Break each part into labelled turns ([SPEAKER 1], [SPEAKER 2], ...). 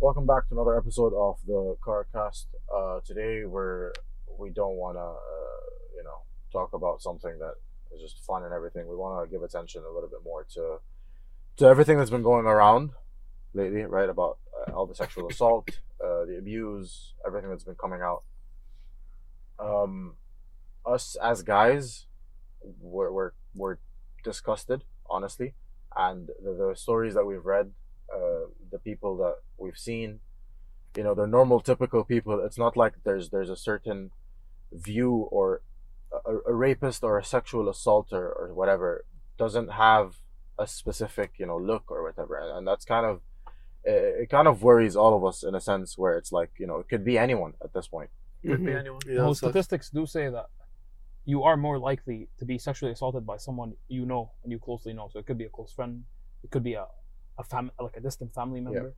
[SPEAKER 1] Welcome back to another episode of the CarCast. Uh, today we're we don't want to uh, you know talk about something that is just fun and everything. We want to give attention a little bit more to to everything that's been going around lately, right? About uh, all the sexual assault, uh, the abuse, everything that's been coming out. Um, us as guys, we're we're, we're disgusted, honestly, and the, the stories that we've read uh, the people that we've seen you know they're normal typical people it's not like there's there's a certain view or a, a rapist or a sexual assaulter or whatever doesn't have a specific you know look or whatever and, and that's kind of it, it kind of worries all of us in a sense where it's like you know it could be anyone at this point
[SPEAKER 2] Could be
[SPEAKER 1] Mm-hmm.
[SPEAKER 3] Mhm.
[SPEAKER 2] anyone.
[SPEAKER 3] Yeah,
[SPEAKER 4] well,
[SPEAKER 3] it sucks.
[SPEAKER 4] statistics do say that you are more likely to be sexually assaulted by someone you know and you closely know. So it could be a close friend, it could be a, a fam like a distant family member.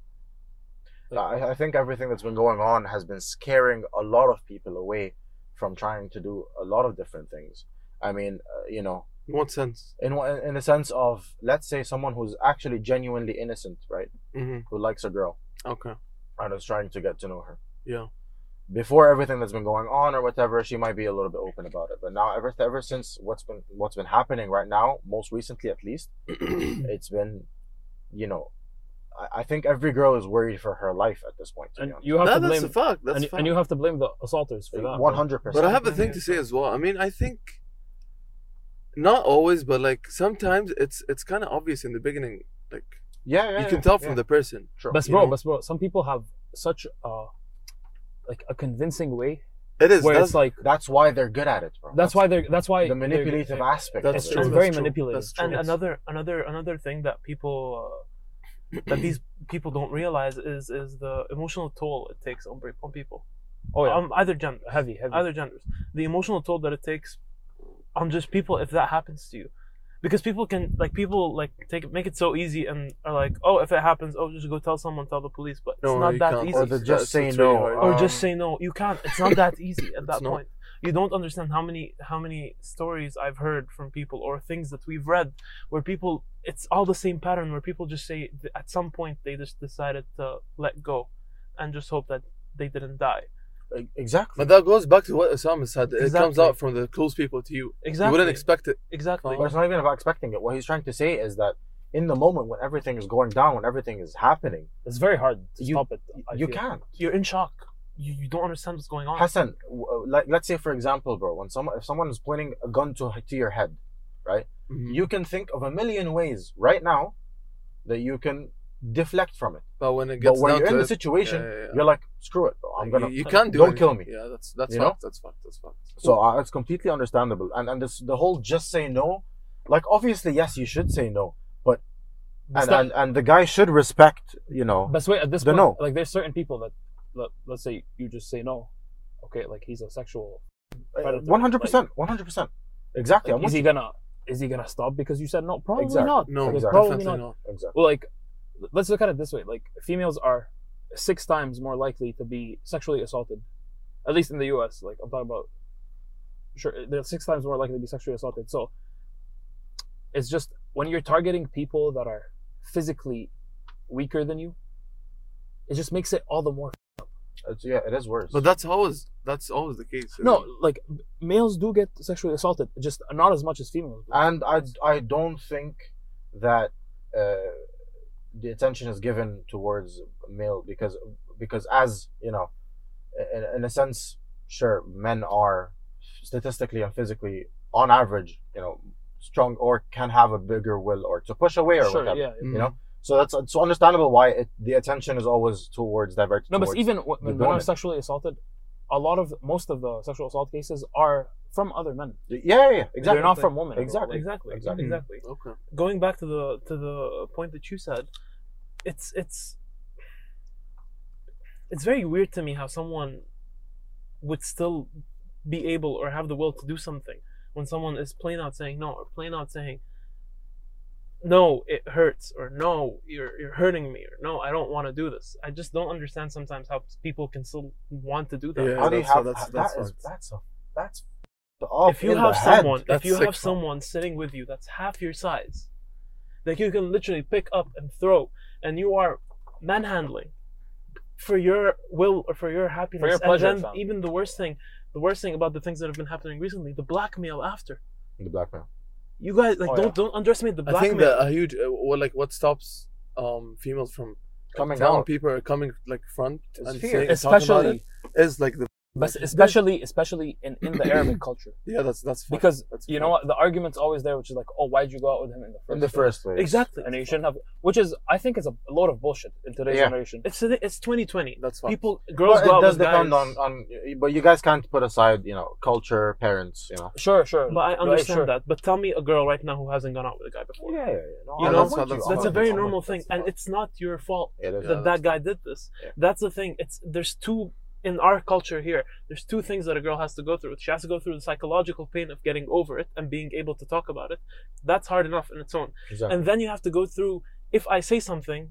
[SPEAKER 4] Like,
[SPEAKER 1] I, I think everything that's been going on has been scaring a lot of people away from trying to do a lot of different things i mean uh, you know
[SPEAKER 3] In what sense?
[SPEAKER 1] in one- in a sense of let's say someone who's actually genuinely innocent, right?
[SPEAKER 3] hmm
[SPEAKER 1] Who likes a girl
[SPEAKER 3] Okay.
[SPEAKER 1] and is trying to get to know her.
[SPEAKER 3] Yeah.
[SPEAKER 1] Before everything that's been going on or whatever, she might be a little bit open about it. But now, ever ever since what's been what's been happening right now, most recently at least, it's been, you know, I, I think every girl is worried for her life at this point. To
[SPEAKER 4] and
[SPEAKER 1] be
[SPEAKER 4] you have
[SPEAKER 3] That-
[SPEAKER 4] to
[SPEAKER 3] that's a
[SPEAKER 4] blame
[SPEAKER 3] fact. That's
[SPEAKER 4] and,
[SPEAKER 3] a
[SPEAKER 4] you-
[SPEAKER 3] fact.
[SPEAKER 4] and you have to blame the assaulters for that.
[SPEAKER 1] one hundred
[SPEAKER 3] But I
[SPEAKER 1] percent.
[SPEAKER 3] have a thing to say as well. I mean, I think not always, but like sometimes it's it's kind of obvious in the beginning. Like
[SPEAKER 1] Yeah, yeah.
[SPEAKER 3] you can tell from the person.
[SPEAKER 1] True.
[SPEAKER 4] But
[SPEAKER 3] you
[SPEAKER 4] bro,
[SPEAKER 3] know.
[SPEAKER 4] but bro, some people have such a like a convincing way
[SPEAKER 3] It is.
[SPEAKER 4] where
[SPEAKER 3] That's,
[SPEAKER 4] it's like
[SPEAKER 1] that's why they're good at it, bro.
[SPEAKER 4] that's why they're that's why
[SPEAKER 1] the
[SPEAKER 4] they're-
[SPEAKER 1] manipulative aspect. of
[SPEAKER 3] that's
[SPEAKER 4] it's,
[SPEAKER 1] it.
[SPEAKER 3] true,
[SPEAKER 4] it's
[SPEAKER 3] that's
[SPEAKER 4] very
[SPEAKER 3] true,
[SPEAKER 4] manipulative.
[SPEAKER 3] that's true.
[SPEAKER 2] And
[SPEAKER 3] Yes.
[SPEAKER 2] another another another thing that people uh, that these people don't realize is is the emotional toll it takes on pe- on people.
[SPEAKER 4] Oh yeah,
[SPEAKER 2] Um, either gender,
[SPEAKER 4] heavy, heavy.
[SPEAKER 2] either genders. The emotional toll that it takes on just people if that happens to you, because people can like people like take it, make it so easy and are like, oh, if it happens, oh, just go tell someone, tell the police. But
[SPEAKER 3] No,
[SPEAKER 2] it's not
[SPEAKER 3] you
[SPEAKER 2] that
[SPEAKER 3] can't.
[SPEAKER 2] easy. Oh.
[SPEAKER 1] Or the
[SPEAKER 3] That's-
[SPEAKER 1] just say
[SPEAKER 3] it's really
[SPEAKER 1] no,
[SPEAKER 3] hard.
[SPEAKER 2] or just
[SPEAKER 1] Um,
[SPEAKER 2] say no. You can't. It's not that easy at that
[SPEAKER 3] It's not.
[SPEAKER 2] point. You don't understand how many how many stories I've heard from people or things that we've read where people it's all the same pattern where people just say th- at some point they just decided to let go and just hope that they didn't die.
[SPEAKER 1] E- exactly.
[SPEAKER 3] But that goes back to what Osama said. It comes
[SPEAKER 2] Exactly.
[SPEAKER 3] out from the close people to you.
[SPEAKER 2] Exactly.
[SPEAKER 3] You wouldn't Oh, expect it.
[SPEAKER 2] exactly.
[SPEAKER 1] But it's not even about expecting it. What he's trying to say is that in the moment when everything is going down, when everything is happening,
[SPEAKER 4] it's very hard to
[SPEAKER 1] You-
[SPEAKER 4] stop it. I
[SPEAKER 1] you
[SPEAKER 4] feel.
[SPEAKER 1] can't.
[SPEAKER 2] You're in shock. You, you don't understand what's going on.
[SPEAKER 1] Hassan, w- uh, like let's say for example, bro, when someone if someone is pointing a gun to to your head, you can think of a million ways right now that you can deflect from it.
[SPEAKER 3] But when it
[SPEAKER 1] But
[SPEAKER 3] gets
[SPEAKER 1] when
[SPEAKER 3] down
[SPEAKER 1] you're in
[SPEAKER 3] to
[SPEAKER 1] the
[SPEAKER 3] it,
[SPEAKER 1] situation,
[SPEAKER 3] yeah, yeah, yeah.
[SPEAKER 1] you're like, screw it, bro. I'm gonna.
[SPEAKER 3] you, you can't do.
[SPEAKER 1] don't
[SPEAKER 3] anything.
[SPEAKER 1] kill me.
[SPEAKER 3] Yeah, that's that's
[SPEAKER 1] You know?
[SPEAKER 3] fact. That's fact. That's fact.
[SPEAKER 1] So uh, it's completely understandable, and and this the whole just say no, like obviously yes, you should say no, but
[SPEAKER 4] But
[SPEAKER 1] and,
[SPEAKER 4] that-
[SPEAKER 1] and and the guy should respect, you know.
[SPEAKER 4] But wait, at this point,
[SPEAKER 1] Dunno.
[SPEAKER 4] like there's certain people that, let, let's say you just say no, okay, like he's a sexual. predator,
[SPEAKER 1] One hundred percent, one hundred percent, exactly.
[SPEAKER 4] Like,
[SPEAKER 1] I'm
[SPEAKER 4] is
[SPEAKER 1] with
[SPEAKER 4] he
[SPEAKER 1] you.
[SPEAKER 4] gonna is he gonna stop because you said no? Probably
[SPEAKER 1] Exactly.
[SPEAKER 4] not.
[SPEAKER 3] No,
[SPEAKER 4] Like,
[SPEAKER 1] Exactly.
[SPEAKER 4] probably
[SPEAKER 3] definitely
[SPEAKER 4] not.
[SPEAKER 3] not.
[SPEAKER 1] Exactly.
[SPEAKER 4] Well, like let's look at it this way: like females are six times more likely to be sexually assaulted, at least in the U.S. Like I'm talking about, sure, they're six times more likely to be sexually assaulted. So it's just when you're targeting people that are physically weaker than you, it just makes it all the more
[SPEAKER 1] It's, yeah, it is worse.
[SPEAKER 3] But that's always that's always the case. isn't
[SPEAKER 4] No,
[SPEAKER 3] it?
[SPEAKER 4] like m- males do get sexually assaulted, just not as much as females.
[SPEAKER 1] and I, I don't think that uh, the attention is given towards male because because as you know, in, in a sense, sure, men are statistically and physically, on average, you know, strong or can have a bigger will or to push away or
[SPEAKER 4] sure,
[SPEAKER 1] whatever.
[SPEAKER 4] yeah.
[SPEAKER 3] Mm.
[SPEAKER 1] You know, so that's it's understandable why it, the attention is always towards diverted.
[SPEAKER 4] No, but
[SPEAKER 1] towards-
[SPEAKER 4] even wh- when, when I'm
[SPEAKER 1] women.
[SPEAKER 4] sexually assaulted, a lot of most of the sexual assault cases are from other men.
[SPEAKER 1] yeah, yeah, yeah, exactly.
[SPEAKER 4] They're not from women.
[SPEAKER 1] Exactly.
[SPEAKER 2] exactly.
[SPEAKER 1] Exactly.
[SPEAKER 2] Exactly.
[SPEAKER 3] Okay.
[SPEAKER 2] Going back to the to the point that you said, it's it's it's very weird to me how someone would still be able or have the will to do something when someone is plain out saying no or plain out saying no it hurts or no you're you're hurting me or no I don't want to do this. I just don't understand sometimes how people can still want to do that.
[SPEAKER 3] Yeah,
[SPEAKER 1] How do you
[SPEAKER 3] that's-
[SPEAKER 1] have
[SPEAKER 3] that's-
[SPEAKER 1] that
[SPEAKER 3] that's
[SPEAKER 1] is-
[SPEAKER 3] what-
[SPEAKER 1] that's a that's off
[SPEAKER 2] if you
[SPEAKER 1] in the
[SPEAKER 2] have
[SPEAKER 1] head.
[SPEAKER 2] someone if
[SPEAKER 3] That's
[SPEAKER 2] you
[SPEAKER 3] sick,
[SPEAKER 2] have
[SPEAKER 3] bro.
[SPEAKER 2] someone sitting with you that's half your size like you can literally pick up and throw and you are manhandling for your will or for your happiness.
[SPEAKER 4] your pleasure,
[SPEAKER 2] and then
[SPEAKER 4] fam.
[SPEAKER 2] even the worst thing, the worst thing about the things that have been happening recently, the blackmail after.
[SPEAKER 1] The blackmail.
[SPEAKER 2] You guys like
[SPEAKER 4] Oh,
[SPEAKER 2] don't don't underestimate the
[SPEAKER 3] I think
[SPEAKER 2] blackmail.
[SPEAKER 3] that a huge uh, well, like what stops um females from
[SPEAKER 1] Coming
[SPEAKER 3] telling
[SPEAKER 1] out.
[SPEAKER 3] people are coming like front
[SPEAKER 1] It's
[SPEAKER 3] and
[SPEAKER 1] fear.
[SPEAKER 3] saying, talking about
[SPEAKER 4] especially,
[SPEAKER 3] it, is like the
[SPEAKER 4] but especially, especially in, in the Arabic culture,
[SPEAKER 3] yeah that's that's fine.
[SPEAKER 4] because
[SPEAKER 3] That's
[SPEAKER 4] you
[SPEAKER 3] fine.
[SPEAKER 4] know what, the argument's always there, which is like, oh, why'd you go out with him in the first?
[SPEAKER 1] In the
[SPEAKER 4] place?
[SPEAKER 1] first place.
[SPEAKER 2] exactly.
[SPEAKER 4] and you shouldn't have, which is, I think, is a load of bullshit in today's
[SPEAKER 1] Yeah.
[SPEAKER 4] generation.
[SPEAKER 2] It's it's 2020.
[SPEAKER 3] that's fine.
[SPEAKER 2] People girls
[SPEAKER 1] But
[SPEAKER 2] go
[SPEAKER 1] it
[SPEAKER 2] out
[SPEAKER 1] does
[SPEAKER 2] with
[SPEAKER 1] depend
[SPEAKER 2] guys.
[SPEAKER 1] on, uh, on, but you guys can't put aside, you know, culture, parents, you know.
[SPEAKER 4] Sure, sure,
[SPEAKER 2] But I
[SPEAKER 4] Right,
[SPEAKER 2] understand
[SPEAKER 4] sure.
[SPEAKER 2] that. But tell me a girl right now who hasn't gone out with a guy before.
[SPEAKER 1] yeah, yeah. No,
[SPEAKER 2] You
[SPEAKER 1] I'm
[SPEAKER 2] know,
[SPEAKER 1] with
[SPEAKER 3] that's-
[SPEAKER 1] you.
[SPEAKER 2] That's
[SPEAKER 1] I'm
[SPEAKER 2] a
[SPEAKER 1] with
[SPEAKER 2] very
[SPEAKER 1] you.
[SPEAKER 2] normal
[SPEAKER 1] That's
[SPEAKER 2] thing, and
[SPEAKER 1] fine.
[SPEAKER 2] it's not your fault
[SPEAKER 1] It is.
[SPEAKER 3] Yeah.
[SPEAKER 2] that that guy did this.
[SPEAKER 1] Yeah.
[SPEAKER 2] That's the thing. It's there's two in our culture here. There's two things that a girl has to go through. She has to go through the psychological pain of getting over it and being able to talk about it. That's hard enough in its own.
[SPEAKER 1] Exactly.
[SPEAKER 2] And then you have to go through. If I say something,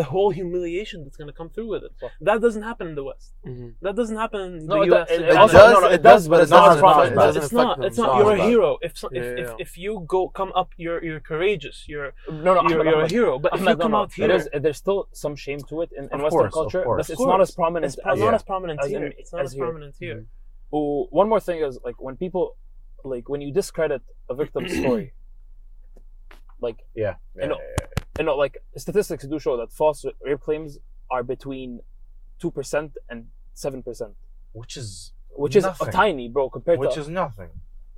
[SPEAKER 2] the whole humiliation that's going to come through with it. That doesn't happen in the West.
[SPEAKER 3] Mhm.
[SPEAKER 2] That doesn't happen in the
[SPEAKER 4] No, it,
[SPEAKER 2] U.S.
[SPEAKER 4] it,
[SPEAKER 2] and
[SPEAKER 4] it,
[SPEAKER 2] all
[SPEAKER 4] does,
[SPEAKER 2] that.
[SPEAKER 4] no, no, it does, but it's
[SPEAKER 1] not
[SPEAKER 4] not
[SPEAKER 1] as
[SPEAKER 4] as
[SPEAKER 1] much.
[SPEAKER 4] prominent.
[SPEAKER 1] It doesn't
[SPEAKER 2] It's not. It's not.
[SPEAKER 1] It's
[SPEAKER 2] You're
[SPEAKER 1] not
[SPEAKER 2] a
[SPEAKER 1] as
[SPEAKER 2] hero. If, so,
[SPEAKER 3] Yeah,
[SPEAKER 2] if,
[SPEAKER 3] yeah,
[SPEAKER 2] if
[SPEAKER 3] yeah.
[SPEAKER 2] if you go come up, you're you're courageous. You're
[SPEAKER 4] No, no,
[SPEAKER 2] you're,
[SPEAKER 4] Ahmed,
[SPEAKER 2] you're a
[SPEAKER 4] Ahmed,
[SPEAKER 2] hero. But if
[SPEAKER 4] Ahmed,
[SPEAKER 2] you come
[SPEAKER 4] no, no.
[SPEAKER 2] out here,
[SPEAKER 4] It is, there's still some shame to it in, in
[SPEAKER 1] Of
[SPEAKER 4] Western
[SPEAKER 1] course, of
[SPEAKER 4] culture,
[SPEAKER 1] course.
[SPEAKER 4] but it's
[SPEAKER 2] Of
[SPEAKER 4] not as
[SPEAKER 2] course.
[SPEAKER 4] prominent
[SPEAKER 2] it's pro-
[SPEAKER 4] as
[SPEAKER 2] not
[SPEAKER 1] yeah.
[SPEAKER 2] as prominent
[SPEAKER 4] As
[SPEAKER 2] here.
[SPEAKER 4] in-
[SPEAKER 2] it's not
[SPEAKER 4] as
[SPEAKER 2] as
[SPEAKER 4] here.
[SPEAKER 2] prominent here.
[SPEAKER 4] Oh, one more thing is like when people like when you discredit a victim's story like
[SPEAKER 1] Yeah. yeah,
[SPEAKER 4] You know,
[SPEAKER 1] yeah, yeah.
[SPEAKER 4] you know like statistics do show that false rape claims are between 2% and 7%
[SPEAKER 1] Which is
[SPEAKER 4] which is
[SPEAKER 1] Nothing.
[SPEAKER 4] a tiny bro compared
[SPEAKER 1] which
[SPEAKER 4] to
[SPEAKER 1] is nothing.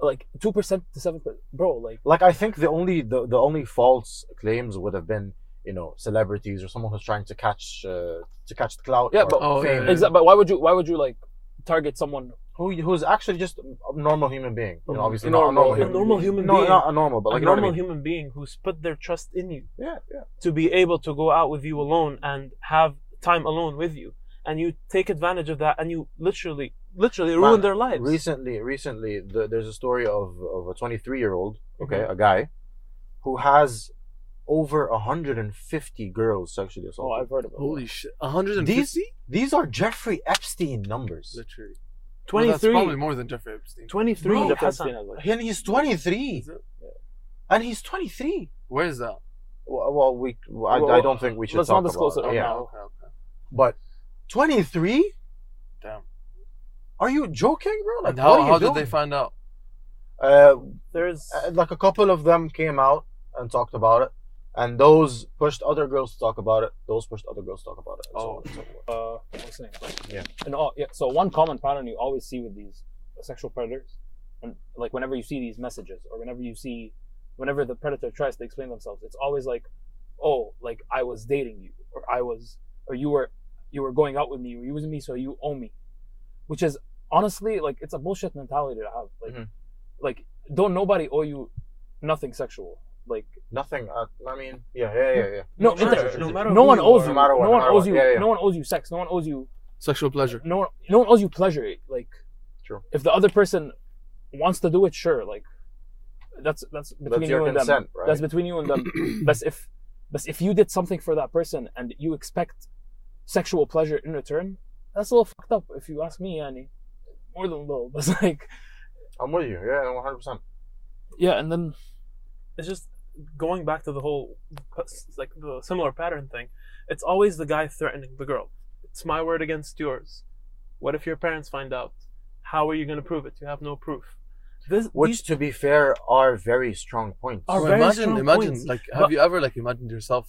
[SPEAKER 4] like 2% to 7% bro like
[SPEAKER 1] Like I think the only the, the only false claims would have been you know celebrities or someone who's trying to catch uh, to catch the clout.
[SPEAKER 4] Yeah,
[SPEAKER 1] or
[SPEAKER 4] but-
[SPEAKER 3] Oh,
[SPEAKER 1] fame.
[SPEAKER 3] yeah, yeah.
[SPEAKER 4] exa- but why would you why would you like target someone
[SPEAKER 1] Who who's actually just a normal human being. You know, obviously not a
[SPEAKER 4] Normal
[SPEAKER 1] Mm-hmm. normal
[SPEAKER 2] A
[SPEAKER 1] human.
[SPEAKER 4] human being.
[SPEAKER 2] normal human
[SPEAKER 1] No,
[SPEAKER 2] being,
[SPEAKER 1] not a normal, but like
[SPEAKER 2] a
[SPEAKER 1] you know what I
[SPEAKER 2] normal
[SPEAKER 1] mean?
[SPEAKER 2] human being who's put their trust in you
[SPEAKER 1] Yeah, yeah.
[SPEAKER 2] to be able to go out with you alone and have time alone with you, and you take advantage of that, and you literally, literally ruin
[SPEAKER 1] Man,
[SPEAKER 2] their lives.
[SPEAKER 1] Recently, recently, the, there's a story of, of a 23 year old, okay, a guy, who has over 150 girls sexually
[SPEAKER 4] oh
[SPEAKER 1] assaulted.
[SPEAKER 4] i've heard about
[SPEAKER 3] holy shit 150
[SPEAKER 1] these these are Jeffrey Epstein numbers,
[SPEAKER 3] literally Well, that's
[SPEAKER 2] 23,
[SPEAKER 3] probably more than Jeffrey Epstein
[SPEAKER 2] 23
[SPEAKER 1] Bro,
[SPEAKER 4] Jeffrey
[SPEAKER 2] Hassan.
[SPEAKER 4] Epstein has, like-
[SPEAKER 1] and he's 23,
[SPEAKER 3] Is it?
[SPEAKER 1] and he's 23.
[SPEAKER 3] where is that
[SPEAKER 1] Well, well we, I,
[SPEAKER 4] Well,
[SPEAKER 1] I don't think we should.
[SPEAKER 4] let's
[SPEAKER 1] talk
[SPEAKER 4] not disclose
[SPEAKER 1] about
[SPEAKER 4] it right
[SPEAKER 1] Yeah,
[SPEAKER 4] now.
[SPEAKER 3] Oh, okay okay
[SPEAKER 1] but 23?
[SPEAKER 3] damn
[SPEAKER 1] Are you joking, bro? Like,
[SPEAKER 3] and how,
[SPEAKER 1] what are you
[SPEAKER 3] how
[SPEAKER 1] doing?
[SPEAKER 3] did they find out
[SPEAKER 1] Uh,
[SPEAKER 2] There's
[SPEAKER 1] uh, like a couple of them came out and talked about it, and those pushed other girls to talk about it. Those pushed other girls to talk about it. And
[SPEAKER 3] Oh.
[SPEAKER 1] so on and so forth.
[SPEAKER 4] uh what's his name?
[SPEAKER 1] Yeah.
[SPEAKER 4] And all yeah, so one common pattern you always see with these sexual predators, and like whenever you see these messages or whenever you see, whenever the predator tries to explain themselves, it's always like, oh, like I was dating you, or I was, or you were, you were going out with me, you were using me, so you owe me, which is honestly like it's a bullshit mentality to have. Like,
[SPEAKER 1] Mhm.
[SPEAKER 4] like don't nobody owe you nothing sexual. Like
[SPEAKER 1] Nothing. Uh, I mean, yeah, yeah, yeah, yeah.
[SPEAKER 4] no,
[SPEAKER 2] No matter-
[SPEAKER 4] inter-
[SPEAKER 2] no matter
[SPEAKER 4] no
[SPEAKER 2] who
[SPEAKER 4] one
[SPEAKER 2] you
[SPEAKER 4] owes
[SPEAKER 2] are.
[SPEAKER 4] you,
[SPEAKER 1] No matter what,
[SPEAKER 4] no
[SPEAKER 1] no
[SPEAKER 4] one
[SPEAKER 1] matter
[SPEAKER 4] owes
[SPEAKER 1] what.
[SPEAKER 4] you,
[SPEAKER 1] Yeah, yeah.
[SPEAKER 4] no one owes you sex, no one owes you
[SPEAKER 3] sexual pleasure
[SPEAKER 4] no one, no one owes you pleasure. Like,
[SPEAKER 1] True.
[SPEAKER 4] if the other person wants to do it, sure. Like, that's that's between
[SPEAKER 1] That's
[SPEAKER 4] you
[SPEAKER 1] your
[SPEAKER 4] and
[SPEAKER 1] consent,
[SPEAKER 4] them.
[SPEAKER 1] right?
[SPEAKER 4] That's between you and them. but if, but if you did something for that person and you expect sexual pleasure in return, that's a little fucked up. If you ask me, yani, more than a little. But like,
[SPEAKER 1] I'm with you. Yeah, 100. percent
[SPEAKER 4] yeah, and then
[SPEAKER 2] it's just going back to the whole like the similar pattern thing it's always the guy threatening the girl it's my word against yours what if your parents find out how are you going to prove it you have no proof this
[SPEAKER 1] Which,
[SPEAKER 2] these-
[SPEAKER 1] to be fair, are very strong points.
[SPEAKER 2] Are
[SPEAKER 3] Well,
[SPEAKER 2] very
[SPEAKER 3] imagine
[SPEAKER 2] strong
[SPEAKER 3] imagine
[SPEAKER 2] points,
[SPEAKER 3] like have
[SPEAKER 2] but-
[SPEAKER 3] you ever like imagined yourself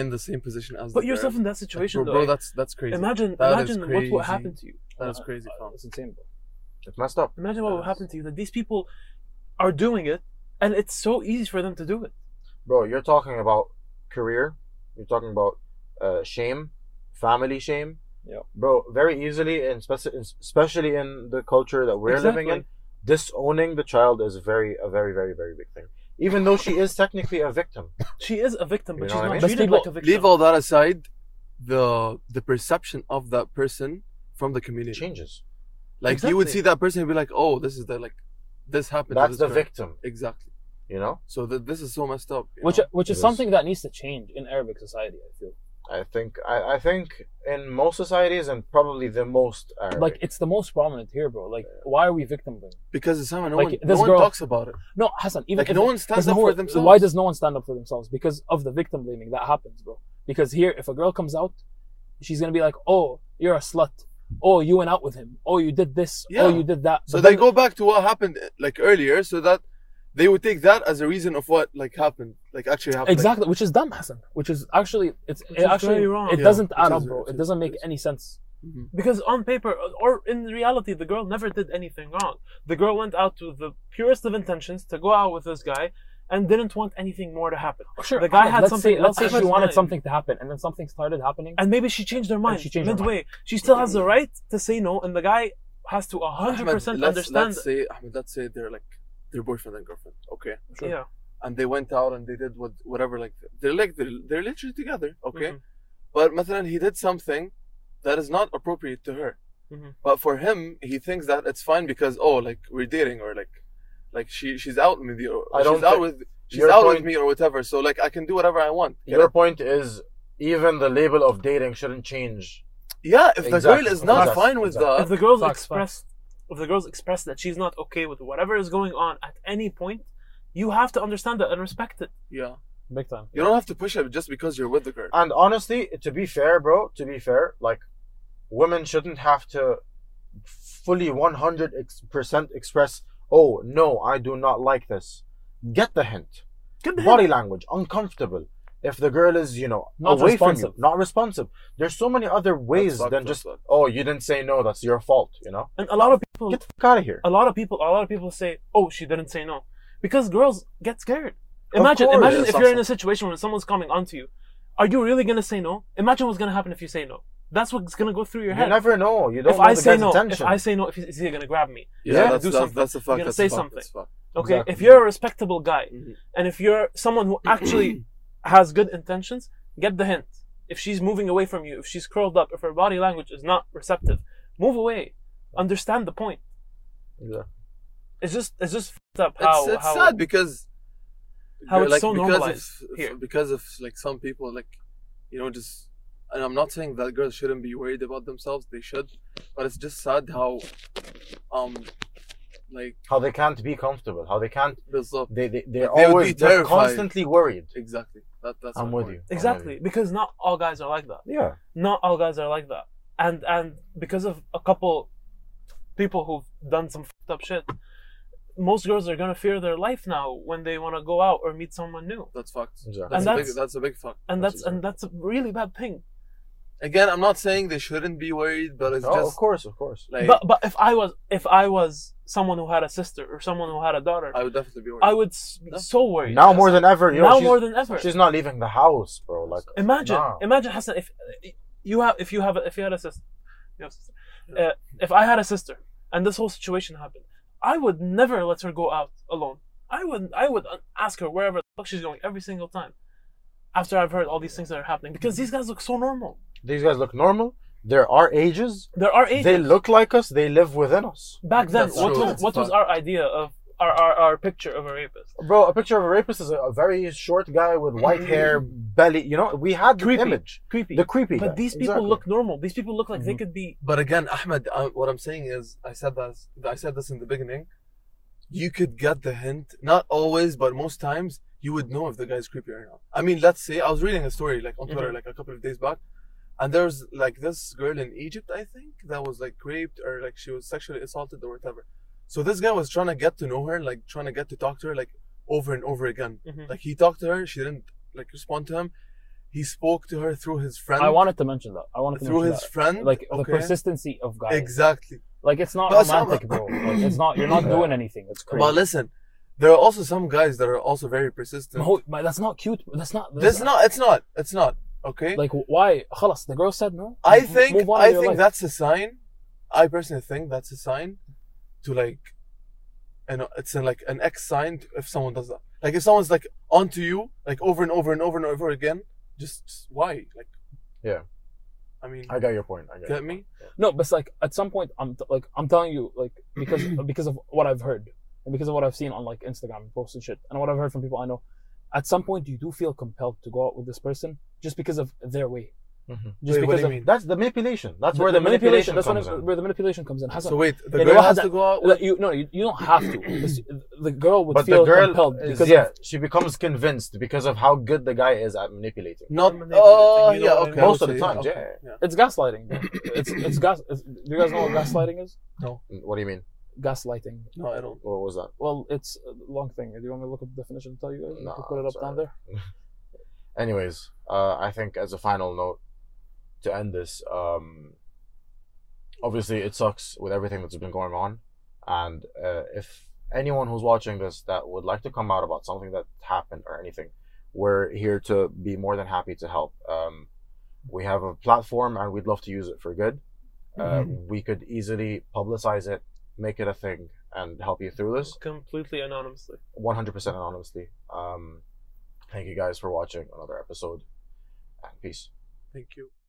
[SPEAKER 3] in the same position as
[SPEAKER 2] put
[SPEAKER 3] the
[SPEAKER 2] yourself
[SPEAKER 3] parent?
[SPEAKER 2] in that situation
[SPEAKER 3] Like, bro,
[SPEAKER 2] though
[SPEAKER 3] bro that's that's crazy
[SPEAKER 2] imagine
[SPEAKER 3] That is
[SPEAKER 2] imagine what would
[SPEAKER 3] crazy.
[SPEAKER 2] happen to you
[SPEAKER 3] that is crazy
[SPEAKER 4] uh,
[SPEAKER 3] fam.
[SPEAKER 4] it's insane. Bro.
[SPEAKER 1] It's messed up.
[SPEAKER 2] imagine what would
[SPEAKER 3] Yes.
[SPEAKER 2] happen to you that these people are doing it and it's so easy for them to do it
[SPEAKER 1] bro you're talking about career you're talking about uh, shame family shame
[SPEAKER 4] Yeah.
[SPEAKER 1] bro very easily and speci- especially in the culture that we're living in
[SPEAKER 2] Exactly.
[SPEAKER 1] disowning the child is very a very very very big thing even though she is technically a victim
[SPEAKER 2] she is a victim but
[SPEAKER 1] You know
[SPEAKER 2] she's
[SPEAKER 1] what I
[SPEAKER 2] not
[SPEAKER 1] mean?
[SPEAKER 4] But
[SPEAKER 2] treated
[SPEAKER 4] people-
[SPEAKER 2] like a victim
[SPEAKER 3] leave all that aside the the perception of that person from the community
[SPEAKER 1] changes
[SPEAKER 3] like you would
[SPEAKER 2] Exactly.
[SPEAKER 3] see that person and be like oh this is the like this happened to
[SPEAKER 1] that's
[SPEAKER 3] this
[SPEAKER 1] the
[SPEAKER 3] girl.
[SPEAKER 1] victim
[SPEAKER 3] exactly
[SPEAKER 1] you know
[SPEAKER 3] so th- this is so messed up you
[SPEAKER 4] Which
[SPEAKER 3] know?
[SPEAKER 4] which is
[SPEAKER 1] it is.
[SPEAKER 4] something that needs to change in Arabic society. I feel
[SPEAKER 1] i think i, I think in most societies and probably the most Arabic,
[SPEAKER 4] like it's the most prominent here, bro. Like, why are we victim blaming?
[SPEAKER 3] because it's someone no
[SPEAKER 4] uh, Like,
[SPEAKER 3] one, no
[SPEAKER 4] this
[SPEAKER 3] one
[SPEAKER 4] girl-
[SPEAKER 3] talks about it
[SPEAKER 4] No, Hassan. Even
[SPEAKER 3] Like,
[SPEAKER 4] if
[SPEAKER 3] no
[SPEAKER 4] it-
[SPEAKER 3] one stands
[SPEAKER 4] does
[SPEAKER 3] up
[SPEAKER 4] no
[SPEAKER 3] for
[SPEAKER 4] one-
[SPEAKER 3] themselves.
[SPEAKER 4] Why does no one stand up for themselves? Because of the victim blaming that happens, bro. Because here, if a girl comes out, she's gonna be like, "Oh, you're a slut. Oh, you went out with him. Oh, you did this.
[SPEAKER 3] Yeah.
[SPEAKER 4] Oh, you did that."
[SPEAKER 3] So
[SPEAKER 4] But
[SPEAKER 3] they
[SPEAKER 4] then-
[SPEAKER 3] go back to what happened uh, like earlier, so that they would take that as a reason of what like happened, like actually happened. Like,
[SPEAKER 4] exactly, which is dumb, Hassan. Which is actually it's
[SPEAKER 2] Which
[SPEAKER 4] it
[SPEAKER 2] is
[SPEAKER 4] actually
[SPEAKER 2] very wrong.
[SPEAKER 4] it
[SPEAKER 3] Yeah,
[SPEAKER 4] doesn't add
[SPEAKER 3] which
[SPEAKER 4] up,
[SPEAKER 3] is-
[SPEAKER 4] bro.
[SPEAKER 3] which
[SPEAKER 4] It
[SPEAKER 3] is-
[SPEAKER 4] doesn't make
[SPEAKER 3] which is-
[SPEAKER 4] any sense.
[SPEAKER 3] Mhm.
[SPEAKER 2] Because on paper or in reality, the girl never did anything wrong. The girl went out with the purest of intentions to go out with this guy and didn't want anything more to happen.
[SPEAKER 4] Sure,
[SPEAKER 2] The guy
[SPEAKER 4] Ahmed,
[SPEAKER 2] had
[SPEAKER 4] let's
[SPEAKER 2] something-
[SPEAKER 4] Say, let's say
[SPEAKER 2] Ahmed's
[SPEAKER 4] she wanted
[SPEAKER 2] mind.
[SPEAKER 4] something to happen, and then something started happening.
[SPEAKER 2] And maybe she changed her mind
[SPEAKER 4] she changed her
[SPEAKER 2] midway. She still has the right to say no, and the guy has to
[SPEAKER 3] Ahmed,
[SPEAKER 2] 100%
[SPEAKER 3] let's,
[SPEAKER 2] understand.
[SPEAKER 3] Let's say Ahmed, let's say they're like their boyfriend and girlfriend, okay?
[SPEAKER 4] sure.
[SPEAKER 2] Yeah.
[SPEAKER 3] And they went out and they did what whatever like they're like they're, they're literally together, okay?
[SPEAKER 1] Mm-hmm.
[SPEAKER 2] Mhm.
[SPEAKER 3] But مثلا he did something that is not appropriate to her.
[SPEAKER 1] Mm-hmm.
[SPEAKER 2] Mhm.
[SPEAKER 3] But for him, he thinks that it's fine because oh, like we're dating or like like she she's out with me or
[SPEAKER 1] I don't
[SPEAKER 3] she's out
[SPEAKER 1] thi-
[SPEAKER 3] with she's
[SPEAKER 1] your
[SPEAKER 3] out with
[SPEAKER 1] point-
[SPEAKER 3] me or whatever. So like I can do whatever I want. Get
[SPEAKER 1] Your
[SPEAKER 3] it?
[SPEAKER 1] point is even the label of dating shouldn't change.
[SPEAKER 3] Yeah, if
[SPEAKER 1] Exactly.
[SPEAKER 3] the girl is not
[SPEAKER 1] Exactly.
[SPEAKER 3] fine with
[SPEAKER 1] Exactly.
[SPEAKER 2] if
[SPEAKER 3] that,
[SPEAKER 2] the girls
[SPEAKER 4] Facts,
[SPEAKER 2] express if the girls express that she's not okay with whatever is going on at any point you have to understand that and respect it
[SPEAKER 3] yeah,
[SPEAKER 4] Big time.
[SPEAKER 3] you don't have to push it just because you're with the girl.
[SPEAKER 1] And honestly, to be fair, bro, to be fair, like women shouldn't have to fully 100% express, oh, no, I do not like this. Get the hint.
[SPEAKER 2] Get the hint.
[SPEAKER 1] Body language, uncomfortable. If the girl is, you know,
[SPEAKER 4] Not
[SPEAKER 1] away from
[SPEAKER 4] responsive.
[SPEAKER 1] you, not responsive. There's so many other ways
[SPEAKER 3] fucked,
[SPEAKER 1] than
[SPEAKER 3] that's
[SPEAKER 1] just,
[SPEAKER 3] fucked.
[SPEAKER 1] oh, you didn't say no, that's your fault, you know?
[SPEAKER 2] and a lot of people
[SPEAKER 1] Get the fuck out of here.
[SPEAKER 2] a lot of people a lot of people say oh she didn't say no because girls get scared
[SPEAKER 1] Of
[SPEAKER 2] imagine
[SPEAKER 1] course.
[SPEAKER 2] imagine
[SPEAKER 1] Yeah,
[SPEAKER 2] if
[SPEAKER 1] it's
[SPEAKER 2] you're in a situation where someone's coming onto you are you really going to say no imagine what's going to happen if you say no that's what's going to go through your
[SPEAKER 1] You
[SPEAKER 2] head
[SPEAKER 1] never know. You don't
[SPEAKER 2] if
[SPEAKER 1] know
[SPEAKER 2] I
[SPEAKER 1] the
[SPEAKER 2] say
[SPEAKER 1] guy's
[SPEAKER 2] no, if
[SPEAKER 1] intention.
[SPEAKER 2] I say no, if he's, is he gonna grab me? Is he
[SPEAKER 3] Yeah,
[SPEAKER 2] gonna
[SPEAKER 3] that's,
[SPEAKER 2] do
[SPEAKER 3] that's,
[SPEAKER 2] something?
[SPEAKER 3] that's a
[SPEAKER 2] You're
[SPEAKER 3] fact.
[SPEAKER 2] gonna
[SPEAKER 3] that's
[SPEAKER 2] say
[SPEAKER 3] a fact,
[SPEAKER 2] something.
[SPEAKER 3] that's a fact.
[SPEAKER 2] Okay,
[SPEAKER 1] Exactly.
[SPEAKER 2] if you're a respectable guy
[SPEAKER 3] Mhm.
[SPEAKER 2] and if you're someone who actually has good intentions, get the hint. If she's moving away from you, if she's curled up, if her body language is not receptive, move away. Understand the point.
[SPEAKER 1] Yeah.
[SPEAKER 2] It's just it's just fucked up how
[SPEAKER 3] It's, it's
[SPEAKER 2] how
[SPEAKER 3] sad because
[SPEAKER 2] how it's so
[SPEAKER 3] because
[SPEAKER 2] normalized
[SPEAKER 3] of,
[SPEAKER 2] here.
[SPEAKER 3] because of like some people like you know just and I'm not saying that girls shouldn't be worried about themselves. They should, but it's just sad how um like
[SPEAKER 1] How they can't be comfortable. How they can't.
[SPEAKER 3] builds up
[SPEAKER 1] They, they, they're
[SPEAKER 3] They would be
[SPEAKER 1] always they're
[SPEAKER 3] terrified.
[SPEAKER 1] constantly worried.
[SPEAKER 3] exactly. That that's
[SPEAKER 1] I'm
[SPEAKER 3] my
[SPEAKER 1] with
[SPEAKER 3] point.
[SPEAKER 1] you.
[SPEAKER 2] exactly because not all guys are like that.
[SPEAKER 1] Yeah.
[SPEAKER 2] Not all guys are like that. And and because of a couple people who've done some fucked up shit, most girls are gonna fear their life now when they want to go out or meet someone new.
[SPEAKER 3] That's fucked.
[SPEAKER 1] Exactly.
[SPEAKER 3] That's,
[SPEAKER 2] And
[SPEAKER 3] a
[SPEAKER 2] that's-
[SPEAKER 3] big, that's a big fuck.
[SPEAKER 2] And
[SPEAKER 1] That's
[SPEAKER 2] that's and that's a really bad thing.
[SPEAKER 3] Again, I'm not saying they shouldn't be worried, but it's
[SPEAKER 1] oh,
[SPEAKER 3] just
[SPEAKER 1] of course, of course.
[SPEAKER 3] like
[SPEAKER 2] but but if I was if I was someone who had a sister or someone who had a daughter,
[SPEAKER 3] I
[SPEAKER 2] I,
[SPEAKER 3] would definitely be worried.
[SPEAKER 2] would s- be so worried.
[SPEAKER 1] now more than ever, yo,
[SPEAKER 2] now
[SPEAKER 1] she's,
[SPEAKER 2] more than ever.
[SPEAKER 1] she's not leaving the house, bro. Like
[SPEAKER 2] Imagine
[SPEAKER 1] nah.
[SPEAKER 2] imagine Hassan if you have if you have if you had a sister, you have a sister. Uh, if I had a sister and this whole situation happened, I would never let her go out alone. I would I would ask her wherever the fuck she's going every single time. After I've heard all these things that are happening, because these guys look so normal.
[SPEAKER 1] these guys look normal. They're our ages.
[SPEAKER 2] There are ages.
[SPEAKER 1] They look like us. They live within us,
[SPEAKER 2] back then.
[SPEAKER 3] That's
[SPEAKER 2] What
[SPEAKER 3] true.
[SPEAKER 2] was,
[SPEAKER 3] That's
[SPEAKER 2] what was
[SPEAKER 3] fun.
[SPEAKER 2] our idea of our, our, our picture of a rapist?
[SPEAKER 1] bro. A picture of a rapist is a, a very short guy with white hair, belly. You know, we had the
[SPEAKER 2] Creepy.
[SPEAKER 1] image,
[SPEAKER 2] Creepy.
[SPEAKER 1] the creepy.
[SPEAKER 2] But
[SPEAKER 1] guy.
[SPEAKER 2] these people
[SPEAKER 1] Exactly. Mm-hmm.
[SPEAKER 2] look normal. These people look like they could be.
[SPEAKER 3] But again, Ahmed, I, what I'm saying is, I said that I said this in the beginning. You could get the hint, not always, but most times you would know if the guy's creepy or not. I mean, let's say I was reading a story like on
[SPEAKER 4] Mm-hmm.
[SPEAKER 3] Twitter
[SPEAKER 2] Mhm.
[SPEAKER 3] like a couple of days back, and there's like this girl in Egypt, I think, that was like raped or like she was sexually assaulted or whatever. So this guy was trying to get to know her, like trying to get to talk to her, like over and over again.
[SPEAKER 1] Mm-hmm.
[SPEAKER 2] Mhm.
[SPEAKER 3] Like he talked to her, she didn't like respond to him. He spoke to her through his friend,
[SPEAKER 4] I wanted to mention that. I wanted to
[SPEAKER 3] through
[SPEAKER 4] mention
[SPEAKER 3] his friend,
[SPEAKER 4] that. Like the
[SPEAKER 3] okay?
[SPEAKER 4] persistency of guys.
[SPEAKER 3] Exactly.
[SPEAKER 4] Like it's not
[SPEAKER 3] But it's not-
[SPEAKER 4] romantic, bro. Like, it's not. You're not
[SPEAKER 1] Yeah.
[SPEAKER 4] doing anything. It's crazy.
[SPEAKER 3] But listen, there are also some guys that are also very persistent.
[SPEAKER 4] No, but that's not cute. That's not.
[SPEAKER 3] That's not. It's not. It's not. Okay.
[SPEAKER 4] Like why? Khalas, the girl said no.
[SPEAKER 3] I
[SPEAKER 4] M-
[SPEAKER 3] think.
[SPEAKER 4] move on
[SPEAKER 3] I
[SPEAKER 4] with your
[SPEAKER 3] think
[SPEAKER 4] life.
[SPEAKER 3] that's a sign. I personally think that's a sign to like, you know, it's a, like an X sign to- if someone does that. Like if someone's like onto you like over and over and over and over again, just, just why? Like.
[SPEAKER 1] Yeah.
[SPEAKER 3] I mean,
[SPEAKER 1] I got your point. I got
[SPEAKER 3] get
[SPEAKER 1] your
[SPEAKER 3] me?
[SPEAKER 4] No, but it's like at some point, I'm t- like I'm telling you, like because because of what I've heard and because of what I've seen on like Instagram and posts and shit, and what I've heard from people I know, at some point you do feel compelled to go out with this person just because of their way.
[SPEAKER 1] Mhm.
[SPEAKER 4] Just
[SPEAKER 3] Wait, what do
[SPEAKER 4] because
[SPEAKER 3] you
[SPEAKER 4] of-
[SPEAKER 3] mean?
[SPEAKER 1] That's the manipulation. That's where the, manipulation,
[SPEAKER 4] that's when
[SPEAKER 1] comes
[SPEAKER 4] it-
[SPEAKER 1] in.
[SPEAKER 4] where the manipulation comes in. Hassan,
[SPEAKER 3] So wait, the
[SPEAKER 4] Yeah,
[SPEAKER 3] girl
[SPEAKER 4] but
[SPEAKER 3] has
[SPEAKER 4] Hassan-
[SPEAKER 3] to go out. With,
[SPEAKER 4] Like, you no, you, you don't have to. It's- the girl would
[SPEAKER 1] But
[SPEAKER 4] feel
[SPEAKER 1] the girl,
[SPEAKER 4] compelled
[SPEAKER 1] is-
[SPEAKER 4] because of-
[SPEAKER 1] yeah, she becomes convinced because of how good the guy is at manipulating.
[SPEAKER 3] not.
[SPEAKER 2] Eliminating
[SPEAKER 3] Oh,
[SPEAKER 2] it, you know
[SPEAKER 3] yeah,
[SPEAKER 2] what I
[SPEAKER 3] okay.
[SPEAKER 2] mean?
[SPEAKER 1] Most of
[SPEAKER 3] okay,
[SPEAKER 1] the time,
[SPEAKER 3] okay,
[SPEAKER 1] yeah.
[SPEAKER 4] it's gaslighting. bro. it's it's gas. It's, do you guys know what gaslighting is?
[SPEAKER 1] What do you mean?
[SPEAKER 4] Gaslighting.
[SPEAKER 3] No, I don't.
[SPEAKER 1] What was that?
[SPEAKER 4] Well, it's a long thing. Do you want me to look up the definition and tell you guys? You
[SPEAKER 1] Nah,
[SPEAKER 4] can put it
[SPEAKER 1] I'm
[SPEAKER 4] up
[SPEAKER 1] sorry.
[SPEAKER 4] down there.
[SPEAKER 1] anyways, uh, I think as a final note to end this, um, obviously it sucks with everything that's been going on, and uh, if anyone who's watching this that would like to come out about something that happened or anything, we're here to be more than happy to help. Um, we have a platform and we'd love to use it for good. Uh, We could easily publicize it, make it a thing, and help you through this.
[SPEAKER 2] completely anonymously.
[SPEAKER 1] 100% anonymously. Um, thank you guys for watching another episode, and peace.
[SPEAKER 3] Thank you.